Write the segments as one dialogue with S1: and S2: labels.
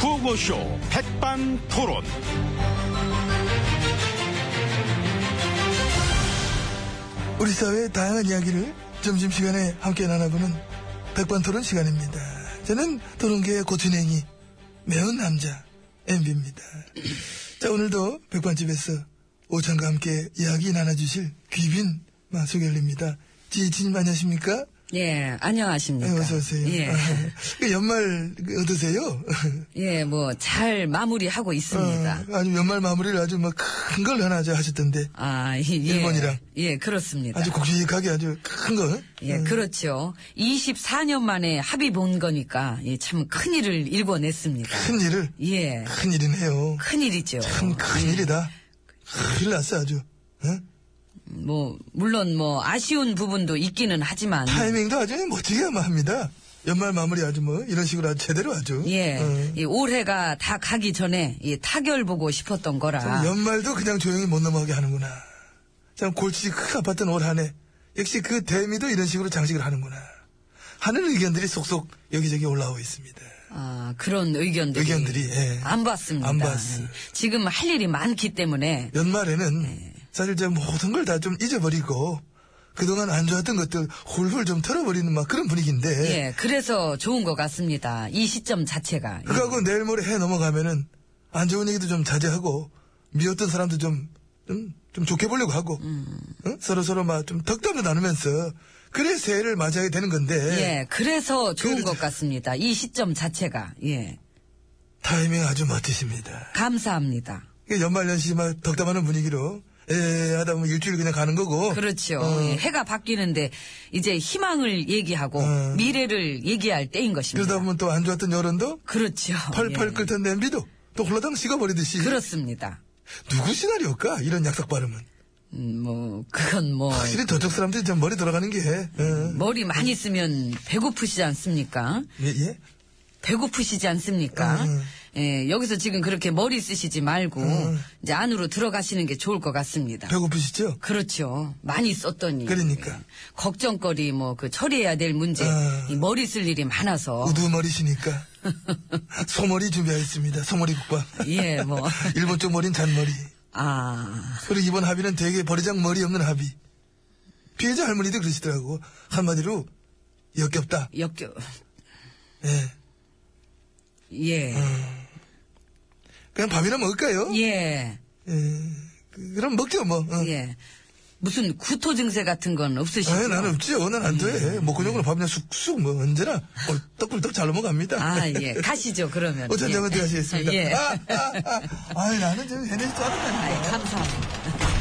S1: 구호쇼 백반토론.
S2: 우리 사회의 다양한 이야기를 점심시간에 함께 나눠보는 백반토론 시간입니다. 저는 토론계의 고추냉이, 매운 남자, MB입니다. 자, 오늘도 백반집에서 오찬과 함께 이야기 나눠주실 귀빈 마, 소개입니다. 지혜진님 안녕하십니까?
S3: 예,
S2: 네,
S3: 안녕하십니까.
S2: 어서오세요. 그
S3: 예,
S2: 연말 어떠세요?
S3: 예, 뭐, 잘 마무리하고 있습니다.
S2: 어, 아주 연말 마무리를 아주 막 큰 걸 하나 저 하셨던데
S3: 아, 예.
S2: 일본이랑.
S3: 예, 그렇습니다.
S2: 아주 음. 곡식하게 아주 큰 걸.
S3: 예, 그렇죠. 24년 만에 합의 본 거니까, 예, 참 큰일을 일궈냈습니다.
S2: 큰 일을.
S3: 예,
S2: 큰 일이네요.
S3: 큰일이죠.
S2: 큰, 큰 일이다.
S3: 음.
S2: 큰일 났어, 아주. 응?
S3: 뭐, 물론 뭐, 아쉬운 부분도 있기는 하지만.
S2: 타이밍도 아주 멋지게 뭐 합니다. 연말 마무리 아주 뭐, 이런 식으로 아주 제대로 아주.
S3: 예,
S2: 어.
S3: 이 올해가 다 가기 전에, 이 타결 보고 싶었던 거라.
S2: 참 연말도 그냥 조용히 못 넘어가게 하는구나. 참 골치 크게 아팠던 올 한해. 역시 그 대미도 이런 식으로 장식을 하는구나. 하는 의견들이 속속 여기저기 올라오고 있습니다.
S3: 아, 그런 의견들이.
S2: 의견들이, 예.
S3: 안 봤습니다.
S2: 안 봤어.
S3: 예. 지금 할 일이 많기 때문에.
S2: 연말에는
S3: 예.
S2: 사실 제 모든 걸 다 좀 잊어버리고 그동안 안 좋았던 것들 훌훌 좀 털어버리는 막 그런 분위기인데
S3: 예, 그래서 좋은 것 같습니다. 이 시점 자체가. 예.
S2: 그거하고 내일 모레 해 넘어가면은 안 좋은 얘기도 좀 자제하고 미웠던 사람도 좀, 좀, 좀 좋게 보려고 하고
S3: 음.
S2: 어? 서로 서로 막 좀 덕담도 나누면서 그래 새해를 맞이하게 되는 건데
S3: 예, 그래서 좋은
S2: 그래도-
S3: 것 같습니다. 이 시점 자체가. 예.
S2: 타이밍 아주 멋지십니다.
S3: 감사합니다.
S2: 이게 연말연시 막 덕담하는 분위기로 에 하다 보면 일주일 그냥 가는 거고
S3: 그렇죠.
S2: 어.
S3: 예, 해가 바뀌는데 이제 희망을 얘기하고
S2: 어.
S3: 미래를 얘기할 때인 것입니다.
S2: 그러다 보면 또 안 좋았던 여론도
S3: 그렇죠.
S2: 팔팔
S3: 예.
S2: 끓던 냄비도 또 홀라당 식어버리듯이
S3: 그렇습니다.
S2: 누구 시나리오일까 이런 약삭 발음은
S3: 음, 뭐 그건 뭐
S2: 확실히 저쪽 아, 사람들이 좀 머리 돌아가는 게 어.
S3: 머리 많이 쓰면 배고프시지 않습니까?
S2: 예, 예?
S3: 배고프시지 않습니까?
S2: 음.
S3: 예, 여기서 지금 그렇게 머리 쓰시지 말고 이제 안으로 들어가시는 게 좋을 것 같습니다.
S2: 배고프시죠?
S3: 그렇죠. 많이 썼더니.
S2: 그러니까.
S3: 예. 걱정거리 뭐 그 처리해야 될 문제.
S2: 아.
S3: 이 머리 쓸 일이 많아서.
S2: 우두머리시니까 소머리 준비하였습니다. 소머리 국밥.
S3: 예, 뭐.
S2: 일본 쪽 머리는 잔머리.
S3: 아.
S2: 그리고 이번 합의는 되게 버리장 머리 없는 합의. 피해자 할머니도 그러시더라고. 한마디로 역겹다.
S3: 역겨.
S2: 예.
S3: 예.
S2: 어. 그냥 밥이나 먹을까요?
S3: 예.
S2: 예. 그- 그럼 먹죠 뭐. 어.
S3: 예. 무슨 구토 증세 같은 건 없으시죠?
S2: 아니, 예, 나는 없지요. 난 안
S3: 음.
S2: 돼. 먹고 욕으로 밥 그냥 쑥쑥 뭐 언제나 꿀떡꿀떡 잘 넘어갑니다.
S3: 아, 예. 가시죠, 그러면.
S2: 오찬 장은 들어가시겠습니다.
S3: 예.
S2: 아, 아, 아. 아이, 나는 지금 해낼 줄 알았다니까.
S3: 아이, 감사합니다.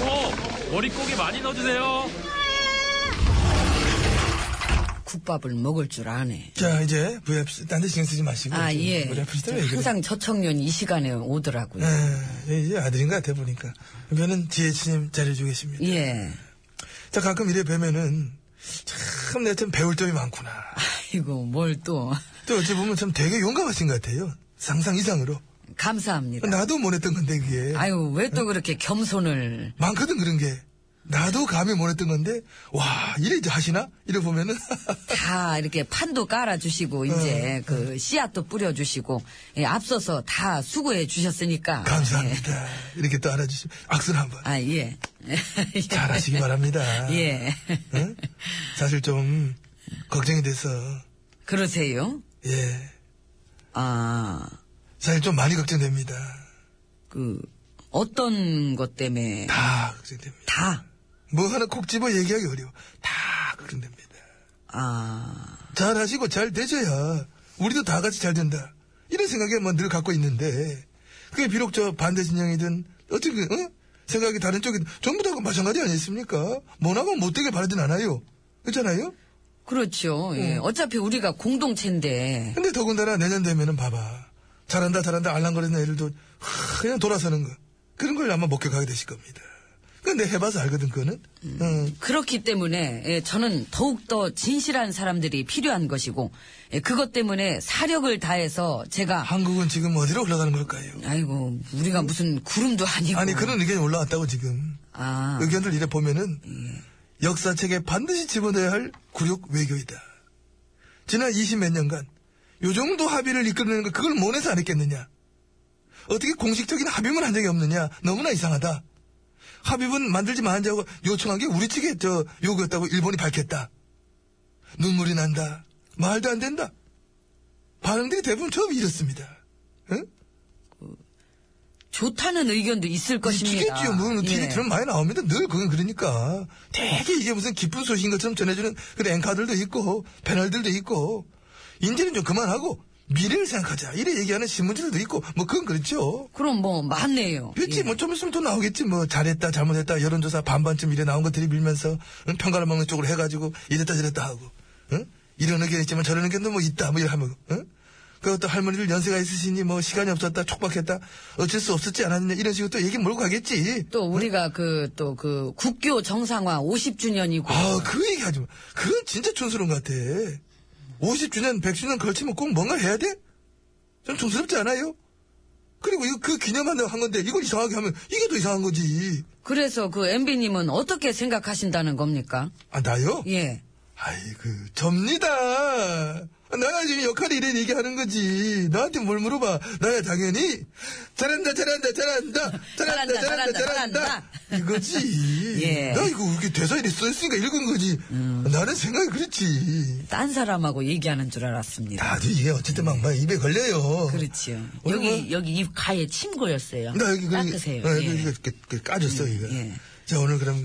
S4: 오, 머리 고기 많이 넣어주세요.
S3: 국밥을 먹을 줄 아네.
S2: 자, 이제 VFC, 딴데 신경 쓰지 마시고.
S3: 아,
S2: 지금
S3: 예.
S2: 우리 아프실 때왜
S3: 저
S2: 그래.
S3: 항상 저 청년 이 시간에 오더라고요.
S2: 예, 이제 아들인 것 같아, 보니까. 그러면은 지혜치님 잘해주고 계십니다.
S3: 예.
S2: 자, 가끔 이래 뵈면은, 참, 내가 참 배울 점이 많구나.
S3: 아이고, 뭘 또.
S2: 또 어찌 보면 참 되게 용감하신 것 같아요. 상상 이상으로.
S3: 감사합니다.
S2: 나도 못했던 건데, 그게.
S3: 아유, 왜 또 그렇게 겸손을.
S2: 많거든, 그런 게. 나도 감히 못했던 건데, 와, 이래 이제 하시나? 이래 보면은,
S3: 다 이렇게 판도
S2: 음.
S3: 깔아주시고, 이제 그 씨앗도 뿌려주시고, 예, 앞서서 다 수고해 주셨으니까. 예.
S2: 감사합니다. 이렇게 또 알아주시고, 악수를 한 번.
S3: 아, 예. 예.
S2: 잘하시기 바랍니다.
S3: 예.
S2: 응? 사실 좀, 걱정이 돼서,
S3: 그러세요?
S2: 예.
S3: 아,
S2: 사실 좀 많이 걱정됩니다.
S3: 그, 어떤 것 때문에.
S2: 다 걱정됩니다.
S3: 다.
S2: 뭐 하나 콕 집어 얘기하기 어려워. 다 걱정됩니다.
S3: 아,
S2: 잘 하시고 잘 되셔야 우리도 다 같이 잘 된다. 이런 생각에 뭐 늘 갖고 있는데 그게 비록 저 반대 진영이든 어떻게 응? 생각이 다른 쪽이든 전부 다그 마찬가지 아니겠습니까? 뭐나면 못되게 바라진 않아요. 그렇잖아요?
S3: 그렇죠.
S2: 음.
S3: 예. 어차피 우리가 공동체인데.
S2: 근데 더군다나 내년 되면은 봐봐. 잘한다 잘한다 알랑거리는 애들도 하, 그냥 돌아서는 거. 그런 걸 아마 목격하게 되실 겁니다. 근데 해봐서 알거든 그거는. 응.
S3: 그렇기 때문에 예, 저는 더욱더 진실한 사람들이 필요한 것이고 예, 그것 때문에 사력을 다해서 제가
S2: 한국은 지금 어디로 올라가는 걸까요?
S3: 아이고 우리가 무슨 구름도 아니고
S2: 아니 그런 의견이 올라왔다고 지금
S3: 아,
S2: 의견들 이래 보면은 역사책에 반드시 집어넣어야 할 굴욕 외교이다. 지난 20 몇 년간 요 정도 합의를 이끌어내는 거 그걸 못해서 안 했겠느냐. 어떻게 공식적인 합의문 한 적이 없느냐. 너무나 이상하다. 합의문 만들지 말자고 요청한 게 우리 측의 저 요구였다고 일본이 밝혔다. 눈물이 난다. 말도 안 된다. 반응들이 대부분 처음 이렇습니다. 응?
S3: 좋다는 의견도 있을 것입니다.
S2: 주겠지요. 뭐, TV
S3: 예.
S2: 틀면 많이 나옵니다. 늘 그건 그러니까. 되게 이게 무슨 기쁜 소식인 것처럼 전해주는 그런 앵카들도 있고, 패널들도 있고, 이제는 좀 그만하고, 미래를 생각하자. 이래 얘기하는 신문지들도 있고, 뭐, 그건 그렇죠.
S3: 그럼 뭐 맞네요.
S2: 그렇지,
S3: 예.
S2: 뭐, 좀 있으면 또 나오겠지. 뭐, 잘했다, 잘못했다, 여론조사 반반쯤 이래 나온 것들이 밀면서, 응, 평가를 먹는 쪽으로 해가지고, 이랬다 저랬다 하고, 응? 이런 의견 있지만 저런 의견도 뭐 있다, 뭐, 이래 하면, 응? 그리고 또 할머니들 연세가 있으시니 뭐, 시간이 없었다, 촉박했다, 어쩔 수 없었지 않았느냐, 이런 식으로 또 얘기 몰고 가겠지.
S3: 또
S2: 네.
S3: 우리가 그 또 그 국교 정상화 50주년이고
S2: 아, 그 얘기 하지 마. 그건 진짜 촌스러운 것 같아. 50주년, 100주년 걸치면 꼭 뭔가 해야 돼? 좀 촌스럽지 않아요? 그리고 이거 그 기념한다고 한 건데, 이걸 이상하게 하면 이게 더 이상한 거지.
S3: 그래서 그 MB 님은 어떻게 생각하신다는 겁니까?
S2: 아, 나요?
S3: 예.
S2: 아이고, 접니다. 아, 나야 지금 역할이 이래 얘기하는 거지. 나한테 뭘 물어봐. 나야 당연히 잘한다, 잘한다, 잘한다, 잘한다,
S3: 잘한다,
S2: 잘한다,
S3: 잘한다,
S2: 잘한다. 이거지.
S3: 예.
S2: 나 이거 이렇게 대사 이래 써있으니까 읽은 거지. 나는 생각이 그렇지.
S3: 딴 사람하고 얘기하는 줄 알았습니다.
S2: 나도 이게 어쨌든 막막 입에 걸려요.
S3: 그렇지요.
S2: 오늘
S5: 여기,
S2: 뭐-
S5: 여기 입 가에 침고였어요.
S2: 나 여기 그-
S5: 닦으세요.
S2: 어,
S5: 예.
S2: 여기 이렇게 이렇게 까졌어 이거.
S3: 예.
S2: 자 오늘 그럼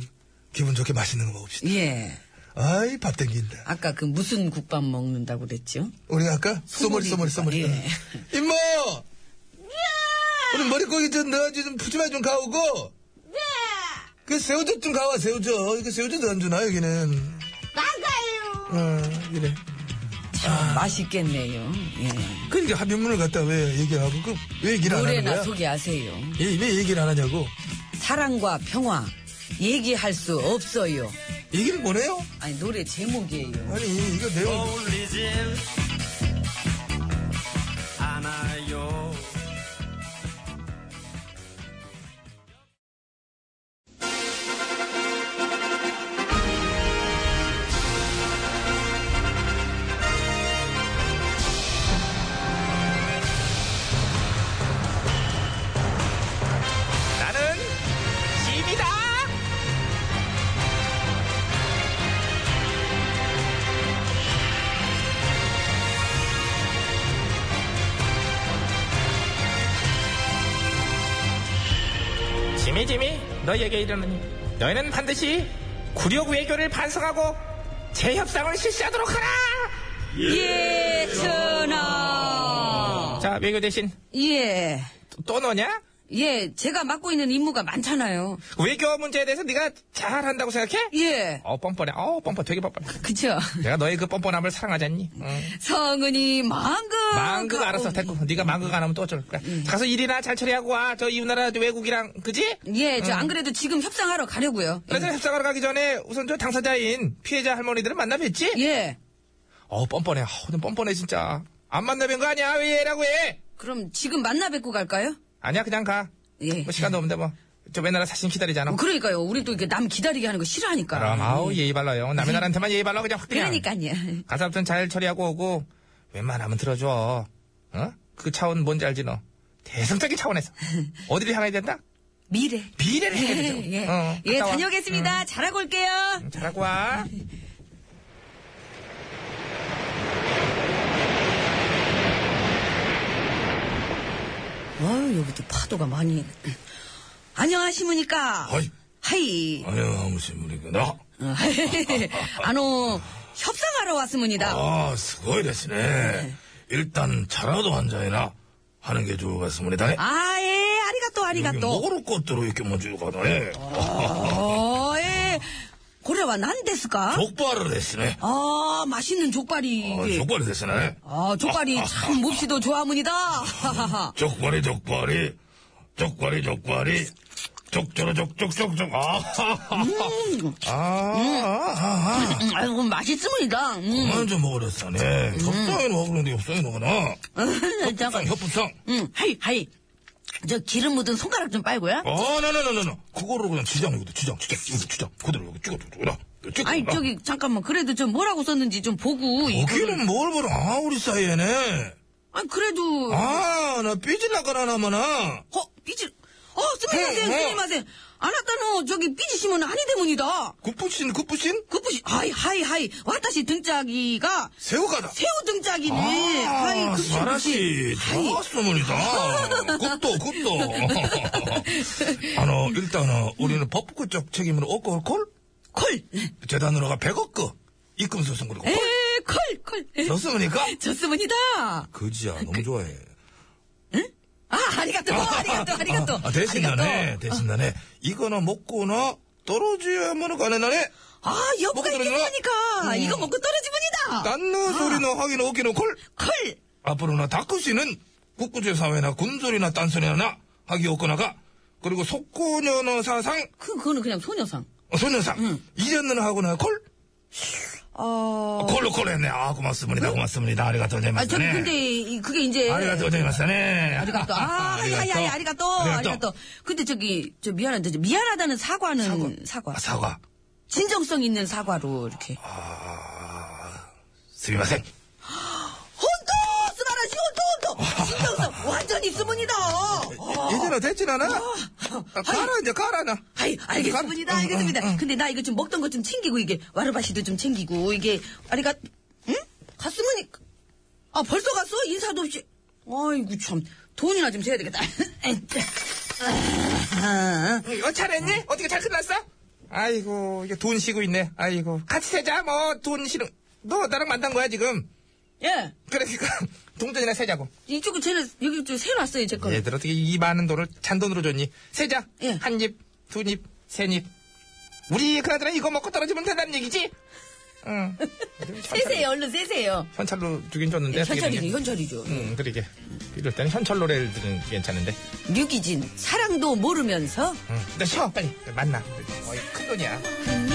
S2: 기분 좋게 맛있는 거 먹읍시다.
S3: 예.
S2: 아이 밥 땡긴다.
S3: 아까 그 무슨 국밥 먹는다고 그랬죠?
S2: 우리 아까 쏘머리
S3: 소머리
S2: 쏘머리
S3: 국밥,
S2: 쏘머리.
S3: 예.
S2: 임모. 오늘 머릿고기 좀 넣어주 좀 푸짐하게 좀 가오고. 그 새우젓 좀 가와 새우젓. 이거 새우젓 안 주나 여기는. 나가요. 어 그래.
S3: 참 맛있겠네요. 예.
S2: 그러니까 합의문을 갖다 왜 얘기하고 그 왜 얘기를 안 하는
S3: 노래나
S2: 거야?
S3: 소개하세요.
S2: 얘 왜 얘기를 안 하냐고.
S3: 사랑과 평화 얘기할 수 없어요.
S2: 얘기를 뭐네요?
S3: 아니 노래 제목이에요.
S2: 아니 이거 내용.
S6: 어울리진 않아요.
S1: 나는 짐이다.
S6: 지미 지미 너에게 이르노니 너희는 반드시 구력 외교를 반성하고 재협상을 실시하도록 하라.
S3: 예, 전하.
S6: 자 외교 대신
S3: 예.
S6: 또- 또 너냐?
S3: 예, 제가 맡고 있는 임무가 많잖아요.
S6: 외교 문제에 대해서 네가 잘한다고 생각해?
S3: 예,
S6: 어 뻔뻔해. 어 뻔뻔 되게 뻔뻔해.
S3: 그쵸.
S6: 내가 너의 그 뻔뻔함을 사랑하지 않니?
S3: 음.
S6: 응.
S3: 성은이 망극.
S6: 망극 알았어 됐고 네가 망극 안 하면 또 어쩔 거야.
S3: 음.
S6: 가서 일이나 잘 처리하고 와. 저 이웃나라 저 외국이랑 그지?
S3: 예, 저 안 그래도 지금 협상하러 가려고요.
S6: 음. 그래서 협상하러 가기 전에 우선 저 당사자인 피해자 할머니들을 만나 뵀지?
S3: 예.
S6: 어 뻔뻔해. 어, 좀 뻔뻔해 진짜. 안 만나 뵌 거 아니야? 왜 얘라고 해?
S3: 그럼 지금 만나 뵙고 갈까요?
S6: 아니야 그냥 가.
S3: 예.
S6: 뭐 시간도 없는데 뭐. 저 외나라 사신 기다리잖아.
S3: 어, 그러니까요. 우리 또 이렇게 남 기다리게 하는 거 싫어하니까.
S6: 그럼 아우 예의 발라요. 남의 나라한테만 예의 발라 그냥 확 그냥.
S3: 음. 그러니까요.
S6: 가서 아무튼 잘 처리하고 오고 웬만하면 들어줘. 어? 그 차원 뭔지 알지 너? 대승적인 차원에서 어디를 향해야 된다?
S3: 미래.
S6: 미래를 향해야 된다.
S3: 예,
S6: 어,
S3: 예,
S6: 갔다 와. 음.
S3: 다녀오겠습니다. 잘하고 올게요.
S6: 응, 잘하고 와.
S3: 아유, 어, 여기도 파도가 많이. 안녕하십니까.
S2: 하이.
S3: 하이.
S2: 아니요, 무슨 무리가 나.
S6: 어.
S3: 아노, 협상하러 왔습니다.
S6: 어.
S2: 아, 수고이 됐으네. 일단 차라도 한 잔이나 하는 게 좋을 것 같습니다.
S3: 아, 예, 아리가또, 아리가또.
S2: 먹을 것들로 이렇게 먼저 가네.
S6: 뭐?
S3: 어, 예. 고래와 난데스까?
S2: 아, 족발을 했으네.
S3: 아, 맛있는 족발이.
S2: 아,
S6: 어,
S3: 이게.
S2: 족발이 됐으네.
S3: 아, 족발이 참 몹시도 좋아합니다. 하하하.
S2: 족발이, 족발이. 족발이, 족발이. 족저로 족족족족. 아, 아, 아, 아.
S3: 음, 아이고, 맛있습니다. 음.
S2: 그만 좀 먹으랬으네. 협상이 먹으는데 협상이 나가나.
S6: 어,
S2: 협상, 협상.
S5: 응, 하이, 하이. 저 기름 묻은 손가락 좀 빨고요.
S2: 어, 아, 나나나나나. 그거로 그냥 지장 여기다 지장, 지장, 여기 지장. 그대로 여기 찍어줘, 여기다.
S6: 쭉,
S3: 아니
S6: 어,
S3: 저기 잠깐만 그래도 좀 뭐라고 썼는지 좀 보고 이거를-
S2: 거기는 뭘 보러, 아, 우리 사이에네.
S3: 아니 그래도
S2: 아, 나 삐질라거나 나마나.
S3: 어 삐질 어 스미마셍
S2: 어, 어.
S3: 스미마셍 아나타노 저기 삐지시면 아니 대문이다
S2: 굿부신, 굿부신?
S3: 그뿐이 하이 하이 하이 와타시 등짝이가
S2: 새우가다. 아,
S3: 새우 등짝이네 하이 그치
S2: 사라씨,
S3: 그치 하이
S2: 좋았습니다. 굿도, 굿도. 아노, 일단은, 우리는 법국적 책임으로 얻고 콜?
S3: 콜
S2: 재단으로가 100억 거. 입금 소송 그리고 콜?
S3: 에이, 콜, 콜.
S2: 좋습니까?
S3: 좋습니다. 아,
S2: 그지야, 너무 좋아해.
S3: 아리가또, 아리가또, 아리가또.
S2: 아, 대신 나네, 대신 나네. 이거나 먹고나 떨어지야 뭐는 가네 나네.
S3: 아, 여보가 네.
S2: 먹고
S3: 이게
S2: 들어가?
S3: 뭐니까.
S2: 음.
S3: 이거 먹고 떨어지면이다.
S2: 딴느 소리나 하기는 없기는 콜.
S3: 콜.
S2: 앞으로나 다크씨는 국구제 사회나 군소리나 딴소리나 하기 없거나가 그리고 속고녀는 사상
S3: 그, 그거는 그냥 소녀상.
S2: 어, 소녀상 이전는 하거나 콜
S3: 어.
S2: 콜로 콜했네 아 고맙습니다 고맙습니다 아리가또
S3: 아, 저기
S2: 고자이마스네
S3: 근데, 이- 그게 이제.
S2: 아리가또 고자이마스네
S3: 아리가또. 아, 하이, 하이, 하이, 아리가또. 아리가또. 근데 저기, 저 미안한데, 저 미안하다는 사과는 사과. 아.
S2: 아, 사과
S3: 진정성 있는 사과로, 이렇게.
S2: 스미마셍
S3: 혼도! 쓰나라시, 혼도, 혼도! 진정성, 완전히 있으문이다. 어.
S2: 이제는 됐진 않아 아, 가라 이제 가라 나
S3: 아이, 알겠습니다.
S6: 어,
S2: 응, 응,
S3: 알겠습니다.
S2: 응.
S3: 근데 나 이거 좀 먹던 거 좀 챙기고, 이게, 와르바시도 좀 챙기고, 이게, 아리가, 응? 갔으면, 이- 아, 벌써 갔어? 인사도 없이. 아이고, 참. 돈이나 좀 줘야 되겠다. 아,
S6: 어, 잘했니? 어떻게 잘 끝났어? 아이고, 이게 돈 쉬고 있네. 아이고. 같이 세자, 뭐, 돈 싫은. 너 나랑 만난 거야, 지금.
S3: 예.
S6: 그러니까, 동전이나 세자고.
S3: 이쪽은 쟤는, 여기 좀 세놨어요, 제 거.
S6: 얘들 어떻게 이 많은 돈을 잔돈으로 줬니? 세자.
S3: 예.
S6: 한 입, 두 입, 세 입. 우리 그나저나 이거 먹고 떨어지면 된다는 얘기지? 응.
S3: 세세요, 얼른 세세요.
S6: 현찰로 주긴 줬는데. 예, 어떻게
S3: 예, 현철이죠,
S6: 되냐?
S3: 현철이죠.
S6: 응, 그러게. 이럴 때는 현찰 노래를 들으면 괜찮은데.
S3: 류기진, 사랑도 모르면서.
S6: 응. 나 쉬어, 빨리. 만나. 어이, 큰 돈이야.
S3: 아,